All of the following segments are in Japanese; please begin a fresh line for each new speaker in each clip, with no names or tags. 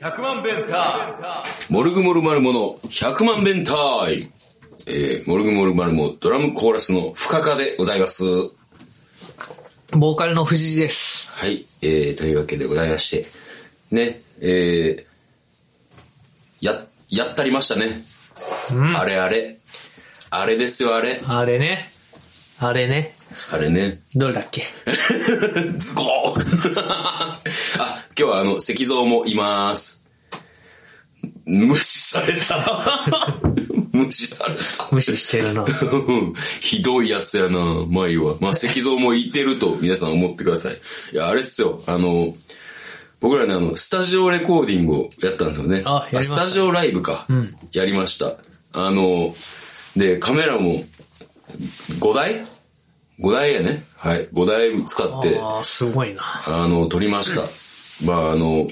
100万ベンター
モルグモルマルモの100万弁タイムえー、モルグモルマルモドラムコーラスの深川でございます。は
ボーカルの藤井です。
い、えー、というわけでございまして、ね、えー、や、やったりましたね。
うん。
あれあれ。あれですよ、あれ。
あれね。あれね。
あれね。
どれだっけ
ズコー あ、今日はあの、石像もいます。無視された。 無視された。
無視してるな。
うんひどいやつやな、マイは。まあ、石像もいてると皆さん思ってください。いや、あれっすよ、あの、僕らね、あの、スタジオレコーディングをやったんですよね。
あやりました
スタジオライブか。やりました。あの、で、カメラも5台 ?5 台やね。はい。5台使って、
ああ、すごいな。
あの、撮りました。まあ、あの、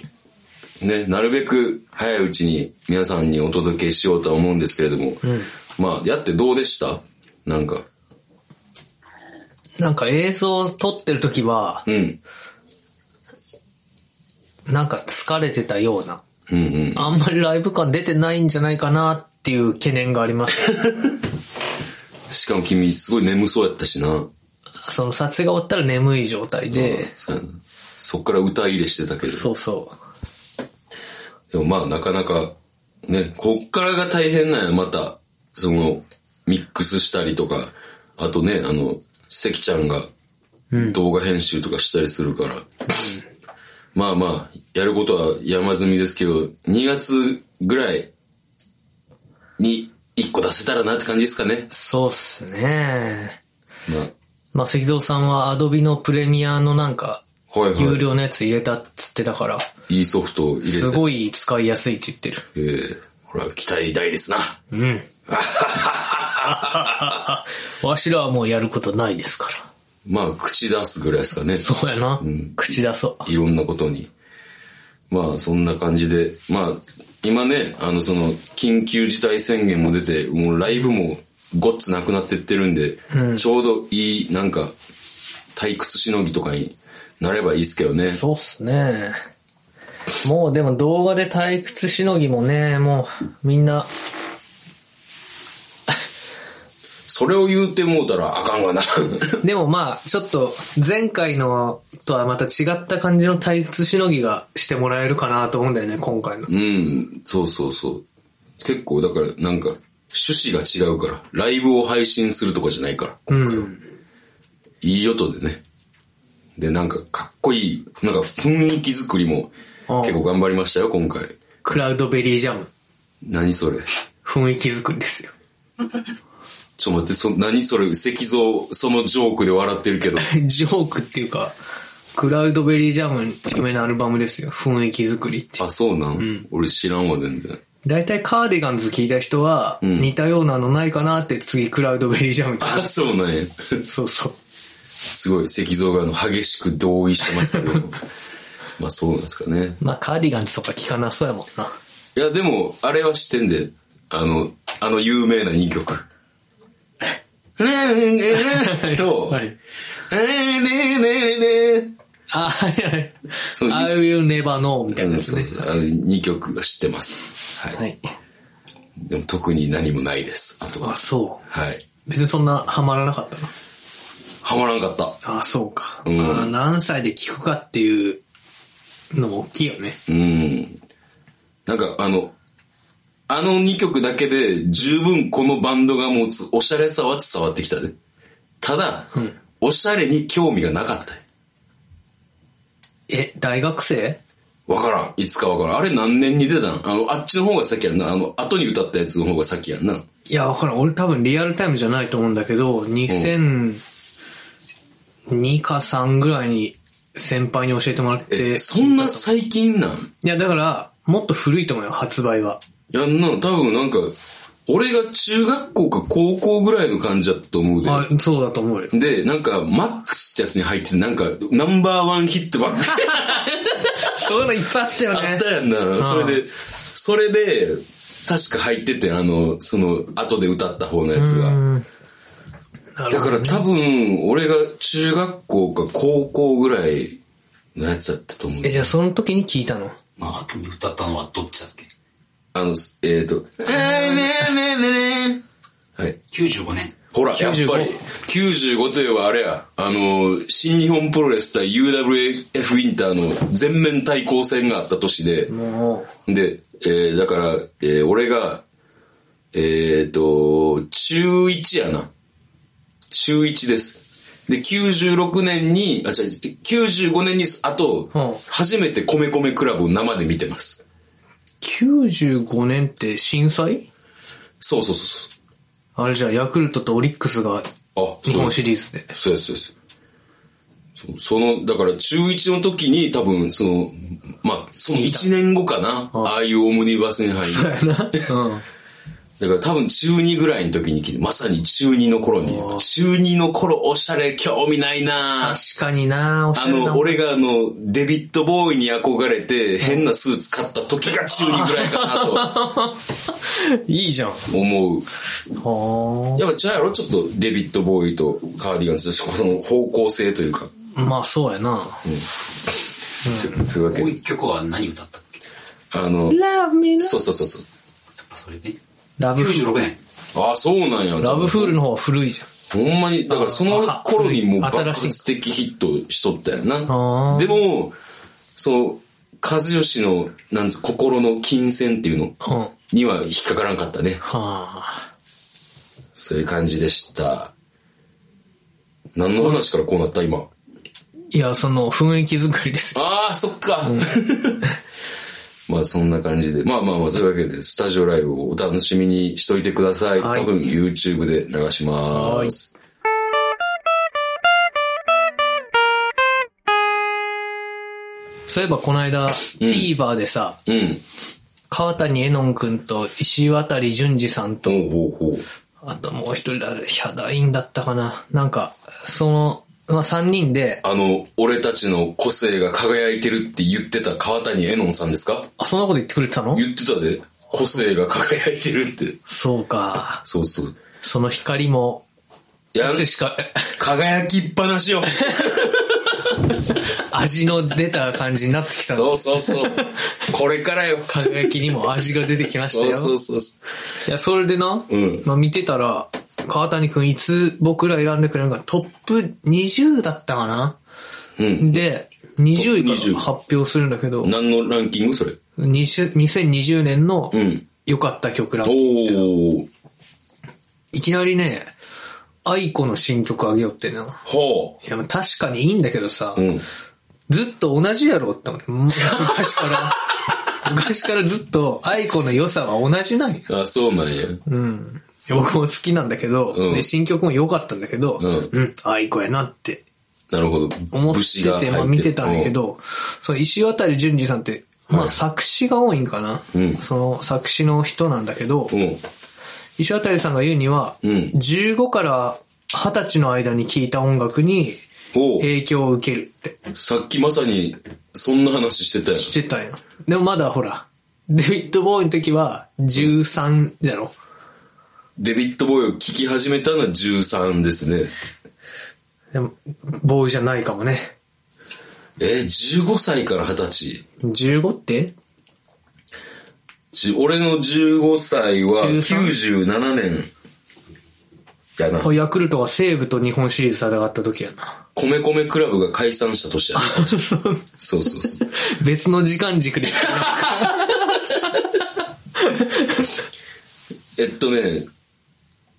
ね、なるべく早いうちに皆さんにお届けしようとは思うんですけれども、まあ、やってどうでしたなんか、
なんか映像を撮ってる時は、
うん、
なんか疲れてたような。
うん、うん。
あんまりライブ感出てないんじゃないかなっていう懸念があり ます。
しかも君、すごい眠そうやったしな。
その撮影が終わったら眠い状態で、
そうやなそっから歌入れしてたけど。
そうそう。
でもまあ、なかなか、ね、こっからが大変なんや、また。その、ミックスしたりとか、あとね、あの、関ちゃんが動画編集とかしたりするから。まあまあ、やることは山積みですけど、2月ぐらいに1個出せたらなって感じですかね。
そうっすね。
まあ、
まあ、赤道さんはアドビのプレミアのなんか、
はい
有
は
料のやつ入れたっつってたから、
い。いいソフトを入れて。
すごい使いやすいって言ってる。
えー、ほら、期待大ですな。
うん。わしらはもうやることないですから。
まあ、口出すぐらいですかね。
そうやな。口出そう。
いろんなことに。まあ、そんな感じで。まあ、今ね、あの、その、緊急事態宣言も出て、もうライブもごっつなくなってってるんで、ちょうどいい、なんか、退屈しのぎとかになればいいですけどね。
そうっすね。もうでも動画で退屈しのぎもね、もうみんな、
それを言うてもうたらあかんわな。
でもまあちょっと前回のとはまた違った感じの退屈しのぎがしてもらえるかなと思うんだよね、今回の。
うん、そうそうそう。結構、だから、なんか、趣旨が違うから、ライブを配信するとかじゃないから。
うん。
いい音でね。で、なんか、かっこいい、なんか雰囲気作りも、
ああ
結構頑張りましたよ、今回。
クラウドベリージャム。
何それ。
雰囲気作りですよ。
ちょ、待って、そ、何それ、石像、そのジョークで笑ってる けど。
ジョークっていうか、クラウドベリージャムの有名なアルバムですよ。雰囲気作りっていう。
あ、そうなん、俺知らんわ、全然。
大体カーディガンズ聞いた人は、
ん
似たようなのないかなって次クラウドベリージャムって。
あ、そうなんや。
そうそう。
すごい、石像が、あの、激しく同意してますけ ど。まあ、そうなんですかね。
まあカーディガンズとか聞かなそうやもんな。
いや、でも、あれは知ってんで、あの、あの有名な2曲。 ねえ、ねえねえ、と、
は
ね
い。
えねえねえねえ、
あ、はいはい
そう。い
I will never know みたいなやつ
そう
ね。
そうあの2曲は知ってます。はい。
はい。
でも特に何もないです。あとは
あ、。そう。
はい。
別にそんなハマらなかったの
ハマらんかった。。
あ、そうか。
うん
まあ何歳で聞くかっていうのも大きいよね。
うん。なんかあの、あの2曲だけで十分このバンドが持つおしゃれさは伝わってきたで。ただ、
うん
おしゃれに興味がなかった。
え、大学生
わからん。いつかわからん。あれ何年に出たんあの、あっちの方が先やんな。あの、後に歌ったやつの方が先やんな。
いや、わからん。俺多分リアルタイムじゃないと思うんだけど、2002か3ぐらいに先輩に教えてもらっ
え、
て。
そんな最近なん
いや、だから、もっと古いと思うよ、発売は。
いやんな、多分なんか、俺が中学校か高校ぐらいの感じだったと思うで。
あ、そうだと思うよ。
で、なんか、マックスってやつに入ってて、なんか、ナンバーワンヒットばっかり
そういうのいっぱいあったよ
あ
ね
った。やんな。それで、それで、確か入ってて、あの、その、後で歌った方のやつが。
なる
だ
ほ
から
ど
多分、俺が中学校か高校ぐらいのやつだったと思う。
え、じゃあその時に聞いたの
まあ、歌ったのはどっちだっけ
あの、すえっ、ー、と、はい。
?95 年。
ほら、やっぱり、95といえばあれや、あのー、新日本プロレス対 UWF インターの全面対抗戦があった年で、
も
で、えー、だから、えー、俺が、えっ、ー、と、中1やな。中1です。で、96年に、あ、違う、95年に、あと、
うん
初めて米米クラブを生で見てます。
う、95年って震災
そうそうそう
あれじゃあヤクルトとオリックスが
そう。あ、
日
そう
本
です
シリーズで。
そうです、そうです。そその、だから中1の時に多分、その、まあ、その1年後かな。ああいうオムニバスに入り。
そうやな。うん。
だから多分中2ぐらいの時に来て、まさに中2の頃に、中2の頃おしゃれ興味ないなぁ
確かになおしゃ
あ
れな
の、俺があの、デビッド・ボーイに憧れて、変なスーツ買った時が中2ぐらいかな
いいじゃん。は
と思う。
ー
やっぱちゃうやろちょっとデビッド・ボーイとカーディガンズその方向性というか。
まあそうやな。
というわけ
もう
で。
一曲は何歌ったっけ
あの、
Love me
そうそうそうそう。
やっぱそれね。
ラブフール。
96年。
ああ、そうなんや。
ラブフールの方は古いじゃん。
ほんまに、だからその頃にもう
あ
爆
新し
発的ヒットしとったよ
あ
な
ー。
でも、そう、和義の、なんつ、心の金銭っていうの
うん。は
には引っかからんかったね。
あ。
そういう感じでした。何の話からこうなった今。
いや、その雰囲気作りです。
ああ、そっか。 まあそんな感じで。まあまあまあ、というわけで、スタジオライブをお楽しみにしといてください。
はい
多分 YouTube で流します。
そういえばこの間、TVer でさ、
うん。
川谷絵音くんと石渡淳二さんと、
ほうほうほう。
あともう一人だ、ヒャダインだったかな。なんか、その、まあ三人で、
あの、俺たちの個性が輝いてるって言ってた川谷絵音さんですか
あ、そんなこと言ってくれてたの
言ってたで。個性が輝いてるって。
そうか。
そうそう。
その光も、
いや
い、つしか、
輝きっぱなしよ。
味の出た感じになってきた
そ
の。
うそうそう。これからよ。
輝きにも味が出てきました
そう
よ。
そうそうそ
いや、それでな、
うん
まあ見てたら、川谷くんいつ僕ら選んでくれるか、トップ20だったかな
う。うん。
で、20位か
20
ら発表するんだけど、
何のランキングそれ。
20 2020年の
うん。
良かった曲ランキング
おー。
いきなりね、愛子の新曲あげようってな。い
ほ
や、まあ確かにいいんだけどさ、
う。うん。
ずっと同じやろって思って、もう昔から。 昔からずっと愛子の良さは同じなんや。
あ、そうなんや。
うん。僕も好きなんだけど、
うん
で新曲も良かったんだけど、
うん
うん、あ、いい子やなって
なるほど。
思って
武士が入
て、
って
まあ見てたんだけ。ど、その石渡淳二さんって、まあ作詞が多いんかな、
うん
その作詞の人なんだけど、
うん。うん
石渡さんが言うには、
うん
15から20歳の間に聴いた音楽に
おう
影響を受けるって
さっきまさに、そんな話してたやん。
してたんよ。でもまだほら、デビッド・ボーイの時は13じゃろ。
デビッド・ボーイを聞き始めたのは13ですね。
でも、ボーイじゃないかもね。
えー、15歳から20歳。
15って
じ俺の15歳は
13?
97年やな。
ヤクルトが西武と日本シリーズ戦った時やな。
米米クラブが解散した年やな。
そう
そうそうそう。
別の時間軸で。
えっとね、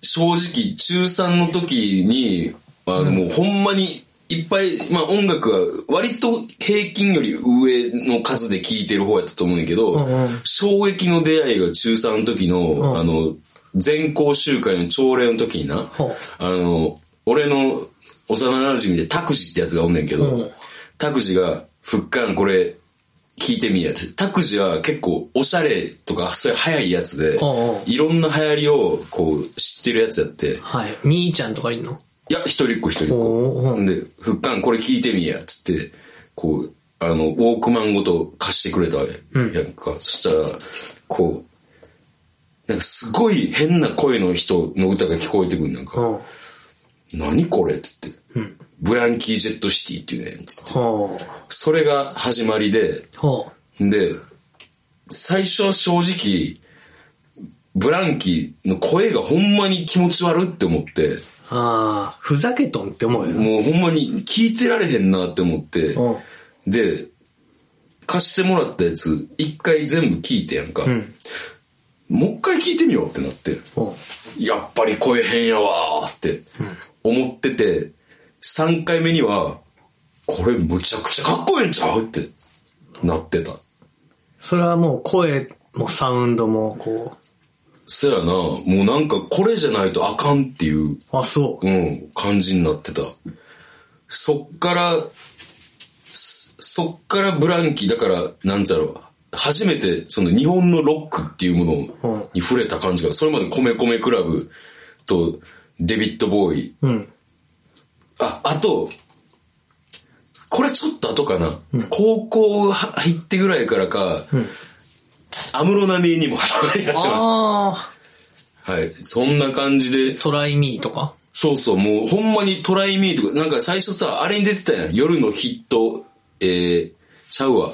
正直、中3の時に、あの、もうほんまに、いっぱい、まあ音楽は割と平均より上の数で聴いてる方やったと思うんやけど、
うんうん
衝撃の出会いが中3の時の、
ん
あの、全校集会の朝礼の時にな、
ほう
あの、俺の幼馴染でタクジってやつがおんねんけ
う
ど
ん、
タクジが、ふっかんこれ、聞いてみやつ。タクジは結構おしゃれとか、そういう早いやつで
うんうん、
いろんな流行りをこう知ってるやつやって、
はい。兄ちゃんとかいんの
いや、一人っ子一人っ
お
子。
ーうん
で、ふっかんこれ聞いてみや、つって、こう、あの、ウォークマンごと貸してくれたわけ。やんか。そしたら、こう、なんかすごい変な声の人の歌が聞こえてくるなんか、
うん。
何これっつって、ブランキー・ジェット・シティっていうねんつって
ほう。
それが始まりで、
ほ
で、最初正直、ブランキーの声がほんまに気持ち悪って思って、
う。ああ、ふざけとんって思うよね。
もうほんまに聞いてられへんなって思って、
うん。
で、貸してもらったやつ、一回全部聞いてやんか。
うん。
もう一回聞いてみようってなって、
ほう
やっぱり声変やわーって思ってて、3回目には、これむちゃくちゃかっこええんちゃうってなってた。
それはもう声もサウンドも、こ
そやな、もうなんかこれじゃないとあかんっていう、
う、あ、そう。
うん、感じになってた。そっから、そそっからブランキー、だから、なんだろう、初めてその日本のロックっていうも
うん
のに触れた感じが、それまで米米クラブとデビッド・ボーイ、
うん。
あ、あと、これちょっと後かな。高校は入ってぐらいからか、
ん
安室奈美恵にもハマり出しま
あ
す。はい。そんな感じで
あ、、トライミーとか。
そうそう、もうほんまにトライミーとか、なんか最初さ、あれに出てたやん。夜のヒット、えー、ちゃうわ。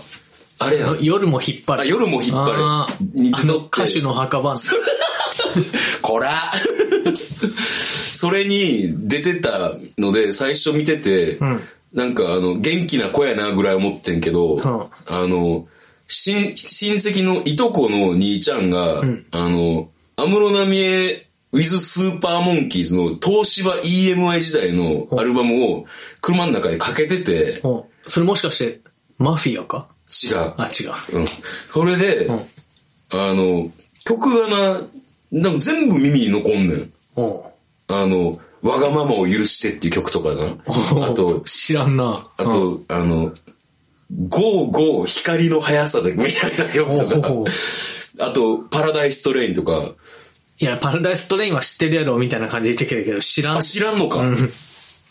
あれやん。
夜も引っ張
あ
る。
夜も引っ張
あ
れ。
ーあ
て
の
とって
歌手の 墓場。
こら それに出てたので、最初見てて、
ん
なんかあの、元気な子やなぐらい思ってんけど、
ん
あの、親親戚のいとこの兄ちゃんが、あの、安室奈美恵 with スーパーモンキーズの東芝 EMI 時代のアルバムを車の中でかけてて、
うんそれもしかして、マフィアか
違う。
あ、違う。
うん。それで、
ん
あの、曲がな、なんか全部耳に残んねん。
おう、
あの、わがままを許してっていう曲とかな。あと
知らんな。
あと、あの、ゴーゴー光の速さでみたいな曲と
おうおう
か、あと、パラダイストレインとか、
いや、パラダイストレインは知ってるやろ、みたいな感じで言ってくるけど、知らん
あ、。知らんのか。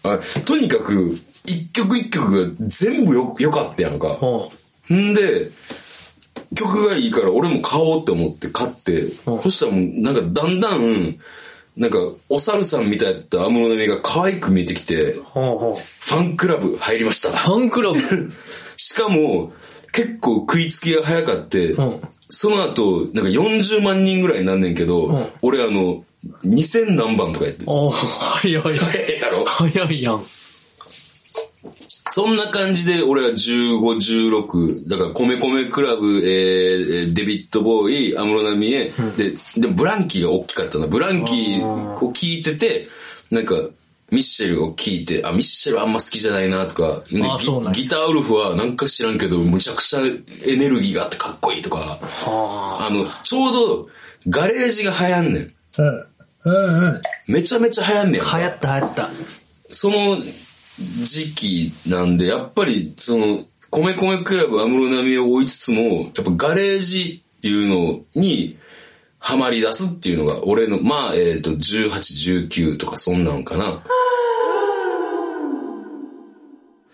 あとにかく、一曲一曲が全部よ、良かったやんか。
おうん
で、曲がいいから俺も買おうって思って買って、
うん
そしたらもうなんかだんだん、なんかお猿さんみたいだった安室奈美恵が可愛く見えてきて、フ
ほうほう。
ァンクラブ入りました。
ファン クラブ。
しかも、結構食いつきが早かって、
うん
その後、なんか40万人ぐらいになんねんけど、
うん
俺あの、2000何番とかやって、
おお早い。
早いやろ
早いやん。
そんな感じで俺は15、16、だから米米クラブ、えーえーデビッド・ボーイ、安室奈美恵、で、で、ブランキーが大きかったな。ブランキーを聞いてて、なんか、ミッシェルを聞いて、あ、ミッシェルあんま好きじゃないなとか、で
あ
ギ
そうなんや
ギターウルフはなんか知らんけど、むちゃくちゃエネルギーがあってかっこいいとか、
は
あの、ちょうど、ガレージが流行んねん。
あ。うん。うんうん。
めちゃめちゃ流行んねん。
流行った流行った。
その時期なんで、やっぱり、その、米米クラブ安室奈美恵を追いつつも、やっぱガレージっていうのに、ハマり出すっていうのが、俺の、まあ、えっ、と、18、19とかそんなんかな。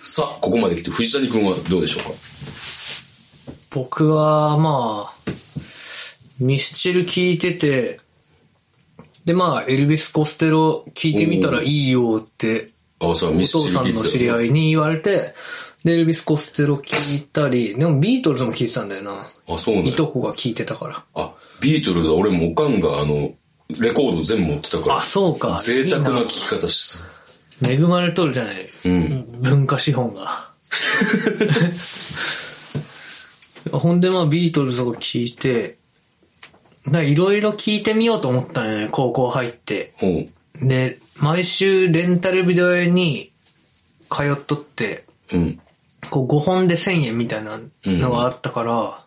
さあ、ここまで来て、藤谷くんはどうでしょうか
僕は、まあ、ミスチル聞いてて、で、まあ、エルビス・コステロ聞いてみたらいいよって、
あ、そう、
お
ミスチ
父
ル
さ
聞い
ん
て
の
た
知り合いに言われて、で、エルビス・コステロ聞いたり、でもビートルズも聞いてたんだよな。
あ、そうね
い。とこが聞いてたから。
あ、ビートルズは俺もおかんが、あの、レコード全部持ってたから。
あ、そうか。
贅沢ない聞き方してた。
いな恵まれとるじゃない。
ん
文化資本が。 ほんで、まあ、ビートルズを聞いて、ないろいろ聞いてみようと思ったんよね、高校入って。
ほう。
で、毎週レンタルビデオ屋に通っとって、
うん。
こう5本で1000円みたいなのがあったから、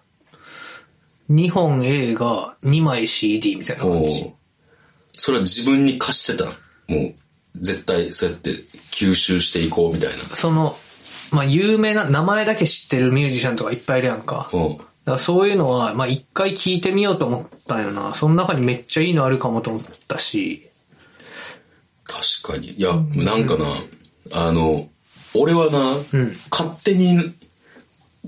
2本映画、2枚 CD みたいな感じ。
おうそれは自分に貸してたもう、絶対そうやって吸収していこうみたいな。
その、まあ、有名な、名前だけ知ってるミュージシャンとかいっぱいいるやんか。だ
おう
からそういうのは、まあ、一回聞いてみようと思ったよな。その中にめっちゃいいのあるかもと思ったし。
確かに。いや、なんかな、あの、俺はな、
ん
勝手に、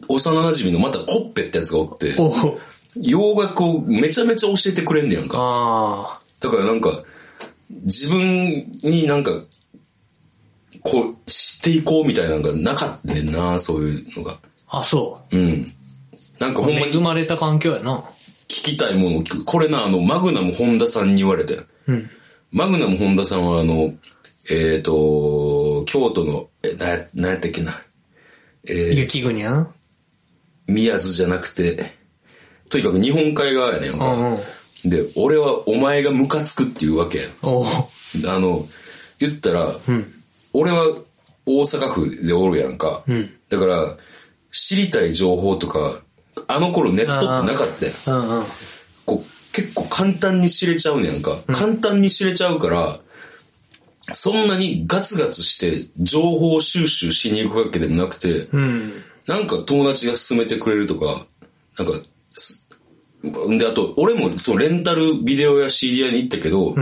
幼馴染のまたコッペってやつがおって、
おう
洋楽をめちゃめちゃ教えてくれんねやんか。
あ
だからなんか、自分になんか、こう、知っていこうみたいなのがなかったねんな、そういうのが。
あ、そ
うん。なんか
う。
ほんま
恵
に聞
まれた環境やな。
きたいものを聞く。これな、あの、マグナム本田さんに言われて。
うん。
マグナム本田さんはあの、えっ、と、京都の、え、な、なんやったっけな。えー、
雪国やな。
宮津じゃなくて、とにかく日本海側やねん
う
か。
んうん。
で、俺はお前がムカつくっていうわけやん。
おう。
あの、言ったら、
うん。
俺は大阪府でおるやんか。
うん
だから、知りたい情報とか、あの頃ネットってなかったやん。
うんうん。
こう結構簡単に知れちゃうねやんか。簡単に知れちゃうから、そんなにガツガツして情報収集しに行くわけでもなくて、
うん。
なんか友達が勧めてくれるとか、なんかす、で、あと、俺もそうレンタルビデオや CD 屋に行ったけど、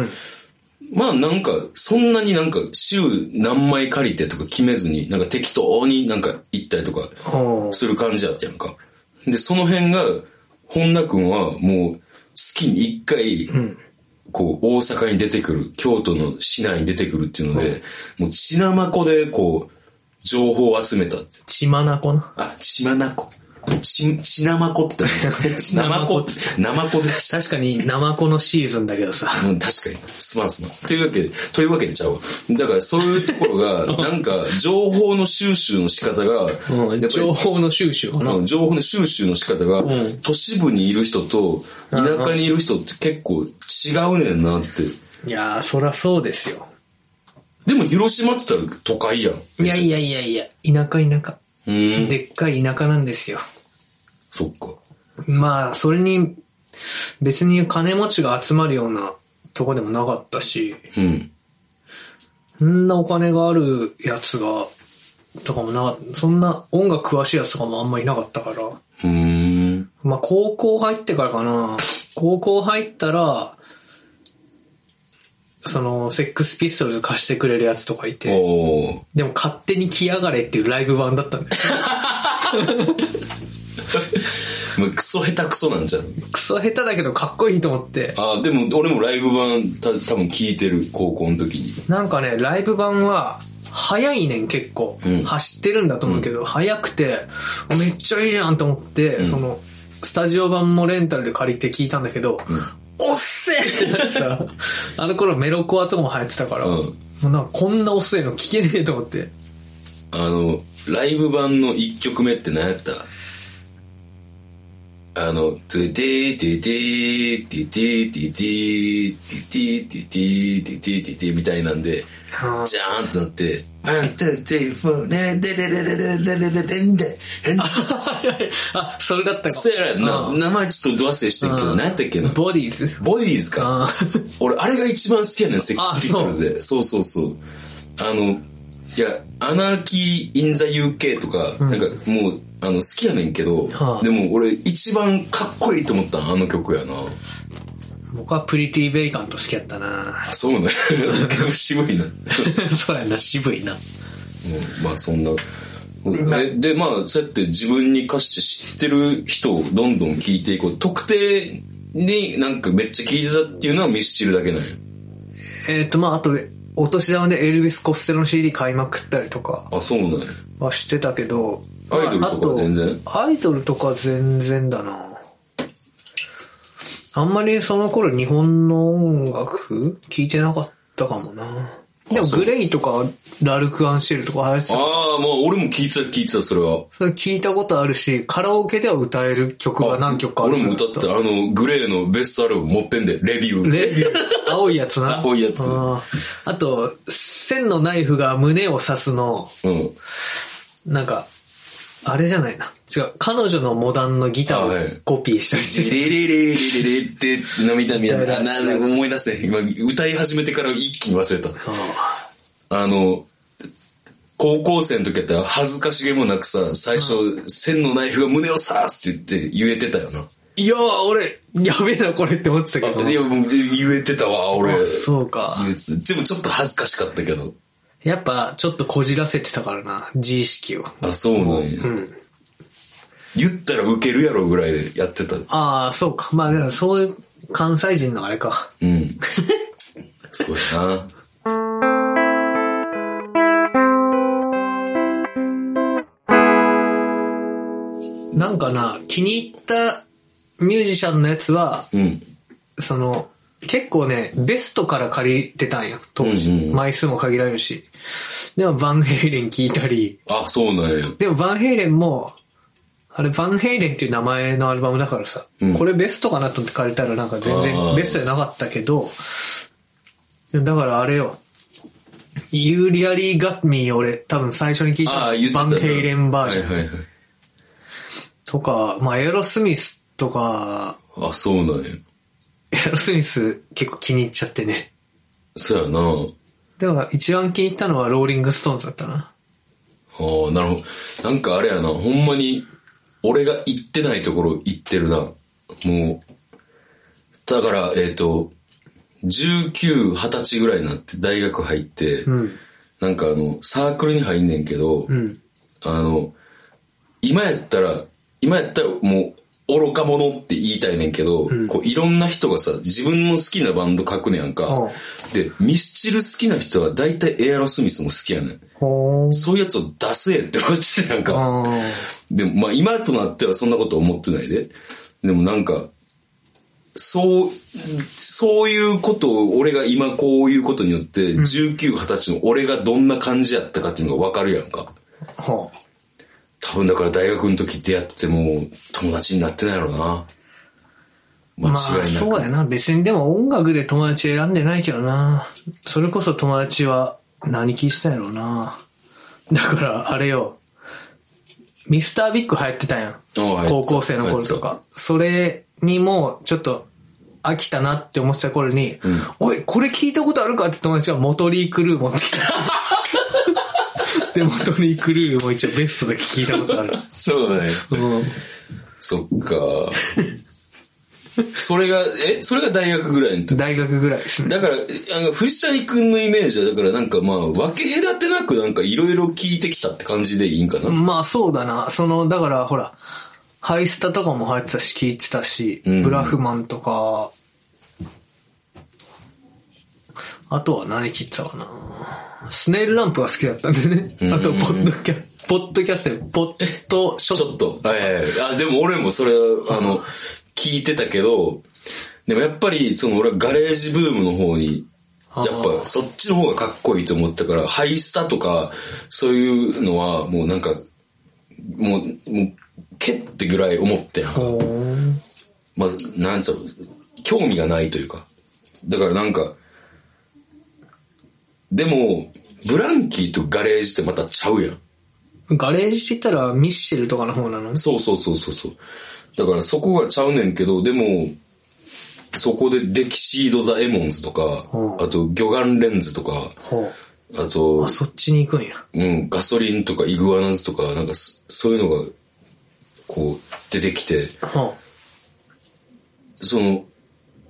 まあなんか、そんなになんか週何枚借りてとか決めずに、なんか適当になんか行ったりとか、
おう。
する感じやったやんか。で、その辺が、本田君はもう、月に一回、こう、大阪に出てくる、京都の市内に出てくるっていうので、もう血なまこで、こう、情報を集めたって。
血まなこな。
あ、血まなこ。血、血なまこって言ったね血なまこって、なまこでした。
確かに、ナマコのシーズンだけどさ。
うん、確かに。すまんすまん。というわけで、というわけでちゃうわ。だからそういうところが、なんか、情報の収集の仕方が、やっぱり
情報の収集かな。
うん情報の収集の仕方が、
ん
都市部にいる人と田舎にいる人って結構違うねんなって。
いやー、そらそうですよ。
でも広島って言ったら都会やん。
いやいやいやいや、田舎田舎。
うん。
でっかい田舎なんですよ。
そっか。
まあ、それに、別に金持ちが集まるようなとこでもなかったし、
うん。
そんなお金があるやつが、とかもなかった。そんな音楽詳しいやつとかもあんまいなかったから。
うーん。
まあ、高校入ってからかな。高校入ったら、その、セックスピストルズ貸してくれるやつとかいて、
おー
でも勝手に来やがれっていうライブ版だったんだよ。
まあクソ下手クソなんじゃん。
クソ下手だけどかっこいいと思って。
ああ、でも俺もライブ版た多分聞いてる、高校の時に。
なんかね、ライブ版は、早いねん結構、
うん
走ってるんだと思うけど、早くて、めっちゃいいじゃんと思って、その、スタジオ版もレンタルで借りて聞いたんだけど、おっせえってなって さ、あの頃メロコアとかも流行ってたから、
うん
もうなんかこんなおっせえの聞けねえと思って。
あの、ライブ版の1曲目って何やったあの、トゥテーテーテーテーテーテーテーテーテーテーテーテーテーテーテーテーみたいなんで、じゃーんってなって、ワン、ツー、スリー、フォー、レデデデデデデデデデンデヘン
あ、それだったかも。
そやなな、名前ちょっとドアスしてんけど、
うん
何やったっけな
ボディーズ
ボディーズか。
あ
俺、あれが一番好きやねん、セックスピストルズで。そうそうそう。あの、いや、アナーキー・イン・ザ・ UK とか、なんかもう、あの、好きやねんけど、
はあ
でも俺、一番かっこいいと思ったんあの曲やな。
僕はプリティベイカント好きやったな
あ、そうね。結構渋いな。
そうやな、渋いな。
うんまあ、そんな。えで、まあ、そうやって自分に貸して知ってる人をどんどん聞いていこう。特定になんかめっちゃ聞いてたっていうのはミスチルだけなんや。
えっ、と、まあ、あと、お年玉でエルビス・コステロの CD 買いまくったりとか
あ、そうなんや。
はしてたけど、
アイドルとかは全然
まああとアイドルとか全然だな。あんまりその頃日本の音楽聞いてなかったかもな。でもグレイとかラルク・アンシェルとか流行ってた。
ああ、まあ俺も聞いてた、聞いてた、それは。
それ聞いたことあるし、カラオケでは歌える曲が何曲かある
俺も歌ってた、あの、グレーのベストアルバム持ってんで、レビュー。
レビュー。青いやつな。
青いやつ
あーあと、線のナイフが胸を刺すの、
うん。
なんか、あれじゃないな。違う。彼女のモダンのギタ
あは
ー
い
をコピーしたりして、
リリリリリリリって涙みたいな。あなな思い出せん。今、歌い始めてから一気に忘れた。あの、高校生の時やったら恥ずかしげもなくさ、最初、線のナイフが胸を刺すって言って言えてたよな。
いやー、俺、やべえな、これって思ってたけど。
いや、もう言えてたわ、俺。
あそうか。
言えてたでもちょっと恥ずかしかったけど。
やっぱ、ちょっとこじらせてたからな、自意識を。
あ、そうなんや。言ったらウケるやろぐらいでやってた。
ああ、そうか。まあ、でもそういう関西人のあれか。
うん。すごいな。
なんかな、気に入ったミュージシャンのやつは、
うん。
その、結構ね、ベストから借りてたんや、当時。
うんうんうん
枚数も限られるし。でも、バンヘイレン聞いたり、
あ、そうなんや。
でも、バンヘイレンも、あれ、バンヘイレンっていう名前のアルバムだからさ、
うん
これベストかなと思って借りたらなんか全
あ
然
ー
ベストじゃなかったけど、だからあれよ、You Really Got Me 俺多分最初に聞い
ああ、言って
た
た
バ
な。
ンヘイレンバージョン。
はいはいはい。
とか、まあ、エアロスミスとか、
あ、そうなんや。
エアロスミス結構気に入っちゃってね。
そうやな。
でも、一番気に入ったのはローリングストーンズだったな。
ああ、なるほど。なんかあれやな、ほんまに、俺が行ってないところ行ってるな。もう、だから、えっ、と、19、20歳ぐらいになって大学入って、
うん。
なんかあの、サークルに入んねんけど、
うん。
あの、今やったら、今やったらもう、愚か者って言いたいねんけど、
ん
こういろんな人がさ、自分の好きなバンド書くねやん
う
か。で、ミスチル好きな人は大体エアロスミスも好きやねん。
ほー。
そういうやつを出せって思ってたやんか。
あー
でも、まあ今となってはそんなこと思ってないで。でもなんか、そう、そういうことを、俺が今こういうことによって、19、20歳の俺がどんな感じやったかっていうのがわかるやんか。
ほ
多分だから大学の時出会っても友達になってないやろな。
う。
間違
まあ、
いなく。
そうやな。別にでも音楽で友達選んでないけどな。それこそ友達は何聞いてたんやろうな。だから、あれよ。ミスタービッグ流行ってたやん。
ああ
高校生の頃と。
はい
か。それにも、ちょっと、飽きたなって思ってた頃に、おい、これ聞いたことあるかって友達がモトリークルー持 ってきた。で、モトリークルーも一応ベストだけ聞いたことあ る。
そうだね。
うん。
そっか。 それが、え、それが大学ぐらいの時。
大学ぐらいですね。
だから、あの、藤谷くんのイメージは、だからなんかまあ、分け隔てなくなんかいろいろ聞いてきたって感じでいいんかな。
まあそうだな。その、だからほら、ハイスタとかも入ってたし、聞いてたし、
うん
ブラフマンとか、あとは何聞いてたかな。スネイルランプが好きだったんでね。あと、ポッドキャ、ポッドキャスト、ポッドショ
ちょっと。ええあ、でも俺もそれ、あの、聞いてたけど、でもやっぱり、その俺はガレージブームの方に、や
あ
っ
ー
ぱそっちの方がかっこいいと思ったから、ハイスタとか、そういうのはもうなんか、もう、もう、けってぐらい思ってん
ほー
まあ、なんつうの、興味がないというか。だからなんか、でも、ブランキーとガレージってまたちゃうやん。
ガレージって言ったらミッシェルとかの方なの
そうそうそうそうそう。だからそこがちゃうねんけど、でも、そこでデキシード・ザ・エモンズとか
う、ん
あと魚眼レンズとか、
ほう
あと
あ、、そっちに行くんや。
うん、ガソリンとかイグアナズとか、なんかそそういうのが、こう、出てきて、
ほ
その、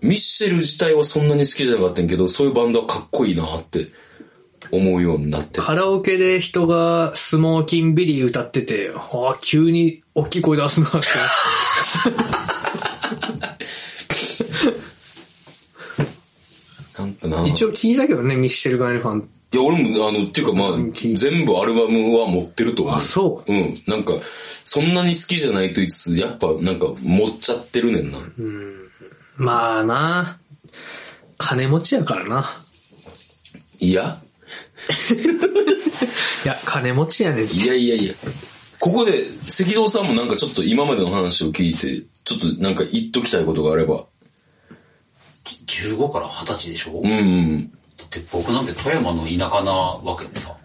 ミッシェル自体はそんなに好きじゃなかったんやけど、そういうバンドはかっこいいなって思うようになって
う。カラオケで人がスモーキンビリー歌ってて、ああ、急に大きい声出すなって。
なんかな
一応聞いたけどね、ミッシェル・ガイルファン。
いや、俺も、あの、っていうかまあ、全部アルバムは持ってると思う。。
あそう
うん。なんか、そんなに好きじゃないと言いつつ、やっぱ、なんか、持っちゃってるねんな。
まあな、金持ちやからな。
いや
いや、金持ちやねん。
いやいやいや。ここで、石蔵さんもなんかちょっと今までの話を聞いて、ちょっとなんか言っときたいことがあれば。
15から20歳でし
う
ょ、
ん
だ
うん。
って僕なんて富山の田舎なわけでさ、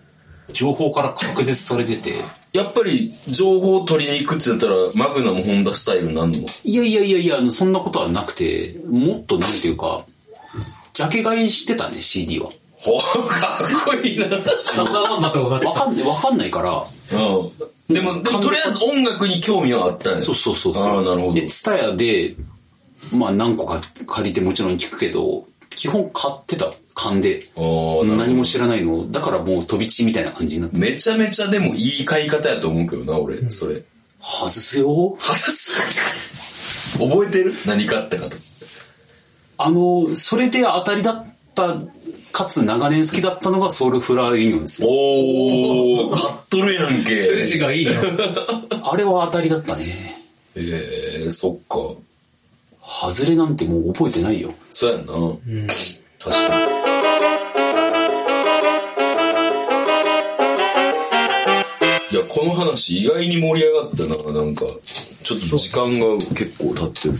情報から隔絶されてて、
やっぱり、情報を取りに行くって言ったら、マグナムホンダスタイルになんの
いやいやいやいや、あのそんなことはなくて、もっとなんていうか、ジャケ買いしてたね、CD は。
ほう、かっこいいな。う
ナンバーワンバとか
わかんない、わかんないから、
ん。でも、でもとりあえず音楽に興味はあったんや
そうそうそうそう。
ああ、なるほど
で、。ツタヤで、まあ何個か借りてもちろん聞くけど、基本買ってた、勘で。
ああ、なるほど
何も知らないの。だからもう飛び地みたいな感じになって。
めちゃめちゃでもいい買い方やと思うけどな、俺、それ。
外すよ。
はす覚えてる何買ったかと。
あの、それで当たりだったかつ長年好きだったのがソウルフラワーユニオンですね。
おー、買っとるやん け。
がいいな。
あれは当たりだったね。
ええそっか。
外れなんてもう覚えてないよ。
そうやんな。確かに。いや、この話意外に盛り上がったな、なんか。ちょっと時間が結構経ってる。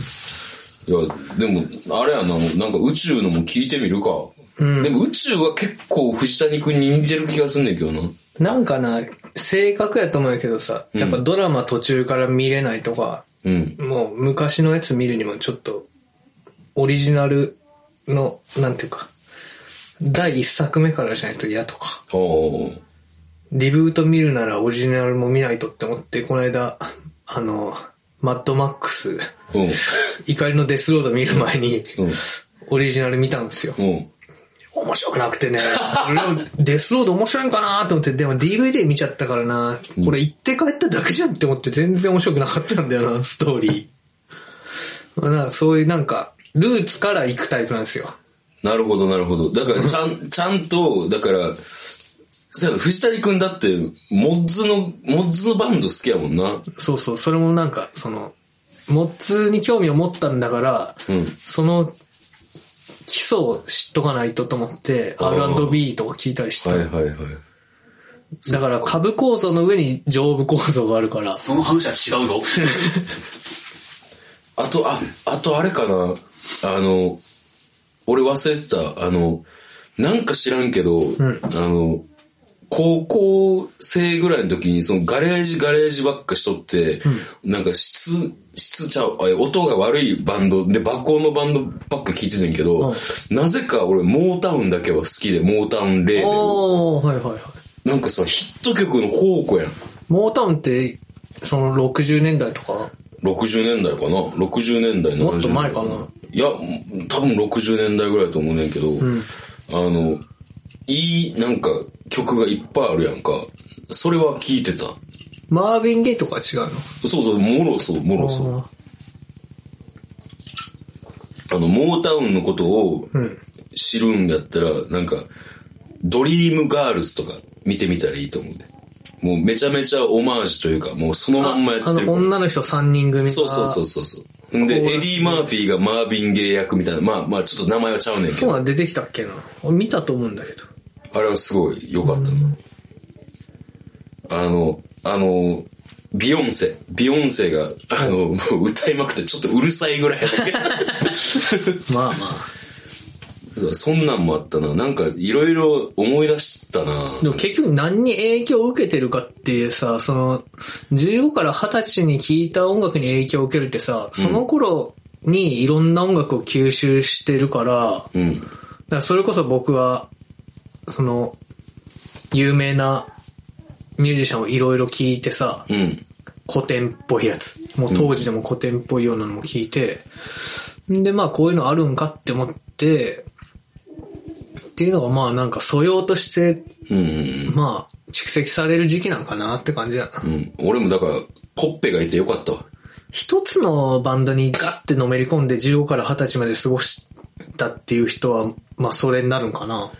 いや、でも、あれやな、もうなんか宇宙のも聞いてみるか。でも宇宙は結構藤谷君に似てる気がすんねんけどな。
なんかな、性格やと思うけどさ、やっぱドラマ途中から見れないとか、
うん。
もう昔のやつ見るにもちょっと、オリジナルの、なんていうか、第一作目からじゃないと嫌とか、
ああ。
リブート見るならオリジナルも見ないとって思って、この間、あの、マッドマックス、
うん。
怒りのデスロード見る前に、
うん
オリジナル見たんですよ。
うん。
面白くなくてね。 俺もデスロード面白いんかなと思って、でも DVD 見ちゃったからな。これ行って帰っただけじゃんって思って全然面白くなかったんだよな、ストーリー。まあなそういうなんか、ルーツから行くタイプなんですよ。
なるほど、なるほど。だから、ちゃ ん、ちゃんと、だから、そうやな藤谷君だって、モッズの、モッズのバンド好きやもんな。
そうそう、それもなんか、その、モッツに興味を持ったんだから、
うん
その、基礎を知っとかないとと思って、
あー
R&B とか聞いたりしてた。
はいはい。
だから株構造の上に上部構造があるから。
その話は違 うぞ。
あと、あ、あとあれかな。あの、俺忘れてた。あの、なんか知らんけど、
ん
あの、高校生ぐらいの時に、そのガレージガレージばっかしとって、なんか質、質ちゃう、あ音が悪いバンドで、爆音のバンドばっか聞いててんけど、なぜか俺、モータウンだけは好きで、モータウンレーベ
おー、はいはいはい。
ル。なんかさ、ヒット曲の宝庫やん。
モータウンって、その60年代とか、
60年代かな ?60 年代の
もっと前かない
や、多分60年代ぐらいだと思うねんけど、あの、いい、なんか、曲がいっぱいあるやんか。それは聞いてた。
マーヴィン・ゲイとかは違う
そうそう、もろそう、もろそう。
の
あの、モータウンのことを
うん。
知るんやったら、なんか、ドリームガールズとか見てみたらいいと思うね。もうめちゃめちゃオマージュというか、もうそのまんまやって
あ
るから
の、女の人3人組が。
そうそうそうう。そうそう。んで、エ
こ
デ
う
ィ・マーフィーがマーヴィン・ゲイ役みたいな、まあまあちょっと名前はちゃうねんけ
そう
ど、
なん出てきたっけな。俺見たと思うんだけど。
あれはすごい良かったな。あの、あの、ビヨンセ、ビヨンセが、あの、もう歌いまくってちょっとうるさいぐ らいやったけ
まあまあ。
どそんなんもあったな。なんかいろいろ思い出したな。
でも結局何に影響を受けてるかってさ、その、15から20歳に聴いた音楽に影響を受けるってさ、その頃にいろんな音楽を吸収してるから、
うん。
だからそれこそ僕は、その、有名なミュージシャンをいろいろ聞いてさ、
うん。
古典っぽいやつ。もう当時でも古典っぽいようなのも聞いて、ん、で、まあこういうのあるんかって思って、っていうのがまあなんか素養として、
うんうん
まあ蓄積される時期なんかなって感じだな。
うん。うん。俺もだから、コッペがいてよかったわ。
一つのバンドにガッてのめり込んで15から20歳まで過ごしたっていう人は、まあそれになるんかな。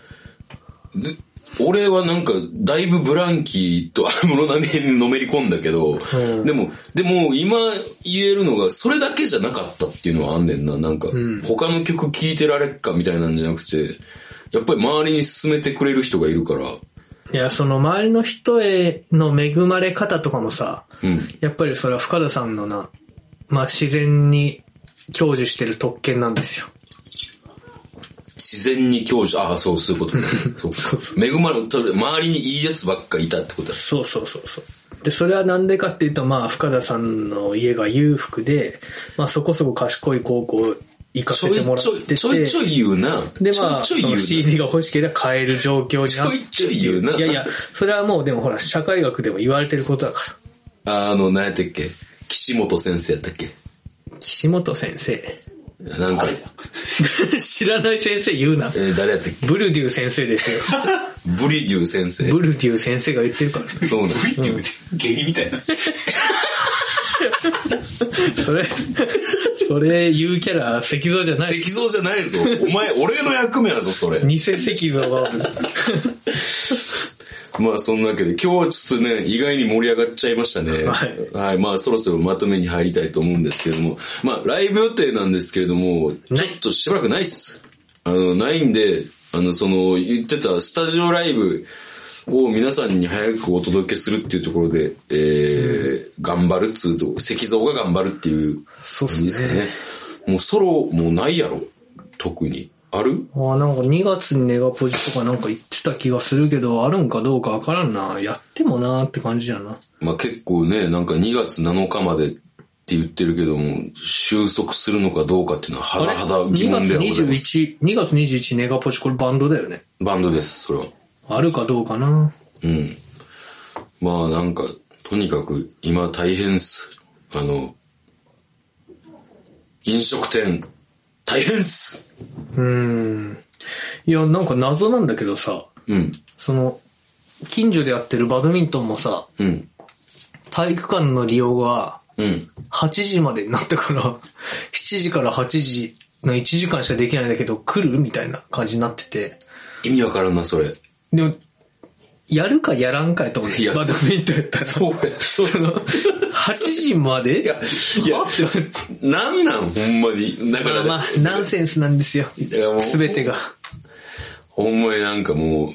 で俺はなんか、だいぶブランキーと安室奈美恵にのめり込んだけど、
うん
でも、でも今言えるのが、それだけじゃなかったっていうのはあんねんな。なんか、他の曲聴いてられっかみたいなんじゃなくて、やっぱり周りに勧めてくれる人がいるから、
いや、その周りの人への恵まれ方とかもさ、
うん。
やっぱりそれは深田さんのな、まあ自然に享受してる特権なんですよ。
自然に享受、ああ、そう、そういうことね。そう恵まれ、と周りにいいやつばっかいたってことだ。
そうそうそうそう。で、それはなんでかっていうと、まあ深田さんの家が裕福で、まあそこそこ賢い高校行か
ち
せ
ょ
て
い
もらっ
ちょい、
てて、
ちょいちょい言うな。
で、まあ、
ちょいちょい言
その
うな。
CD が欲しければ買える状況になって
ちょいちょい言うない
やいや、それはもうでもほら、社会学でも言われてることだか
あの、何やったっけ岸本先生やったっけ
ら。岸本先 生。
なんか
あ、れ
知らない先生言うな
え。ー誰やったっけ
ブルデュー先生です よ。
ブリデュー先生。
ブルデュー先生が言ってるから、ね、
そうなん
ブリって言うて、ゲイみたいな。
それ、それ言うキャラ、石像じゃない。
石像じゃないぞ。お前、俺の役目だぞ、それ。
偽石像があ る。
まあ、そんなわけで、今日はちょっとね、意外に盛り上がっちゃいましたね。
はい。
まあ、そろそろまとめに入りたいと思うんですけれども、まあ、ライブ予定なんですけれども、ちょっとしばらくないっす。あの、ないんで、あの、その、言ってたスタジオライブを皆さんに早くお届けするっていうところで、えー、頑張るっつうと、石像が頑張るっていう
そうっ
感じ
すね
ですかね。もうソロもうないやろ、特に。ある
ああ、なんか2月にネガポジとかなんか言ってた気がするけど、あるんかどうかわからんな。やってもなーって感じやな。
まあ結構ね、なんか2月7日までって言ってるけども、収束するのかどうかっていうのは、
あ
は
れ
だはだ疑問ではございます。
?2 月21、2月21ネガポジこれバンドだよね。
バンドです、それは。
あるかどうかな。
うん。まあなんか、とにかく今大変っす。あの、飲食店、大変っす。
うーん。いや、なんか謎なんだけどさ、
うん、
その、近所でやってるバドミントンもさ、
うん、
体育館の利用が
うん。
8時までになったから、7時から8時の1時間しかできないんだけど、来るみたいな感じになってて。
意味わからんな、それ。
でも、やるかやらんかやと思うね
いや
バドミントンやったら。
そうや
その、8時までいや、
いや
って思って
なんなん、ほんまに。だか
ま
ら、
あまあ、ナンセンスなんですよ。
からもう
すべてが。
ほんまになんかもう、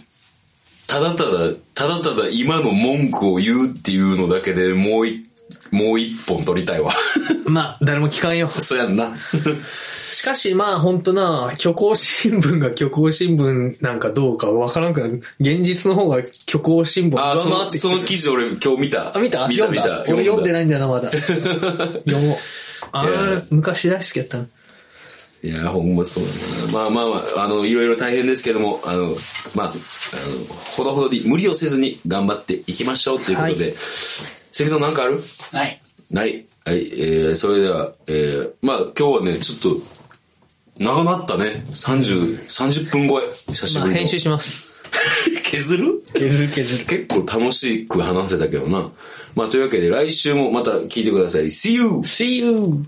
ただただ、ただただ今の文句を言うっていうのだけでもうい、もう一本取りたいわ。
まあ、誰も聞かんよ。
そやんな。
しかしまあ、本当な、虚構新聞が虚構新聞なんかどうかわからんくなる。現実の方が虚構新聞
あ
が
あ、
上
そ
回っ
の、
てき
そ
て
の
る。
記事俺今日見た。
あ、見た
見た
読ん
見
だ
た。
俺読んでないんだよな、まだ。読もう。あ
いや
あ、昔大好きやったな。
いや、ほんまそうだな。まあまあまあ、あの、いろいろ大変ですけども、あの、まあ、あの、ほどほどに無理をせずに頑張っていきましょうということで、
は
関さんなんかある
はい。
ない。はい、えー、それでは、えー、まあ今日はね、ちょっと、長なったね。30、30分超え。久し
ま
ぶ
あ、
りの。
編集します。
削る
削る削る。
結構楽しく話せたけどな。まあというわけで来週もまた聞いてください。See you!
See you!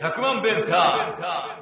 100万ベンター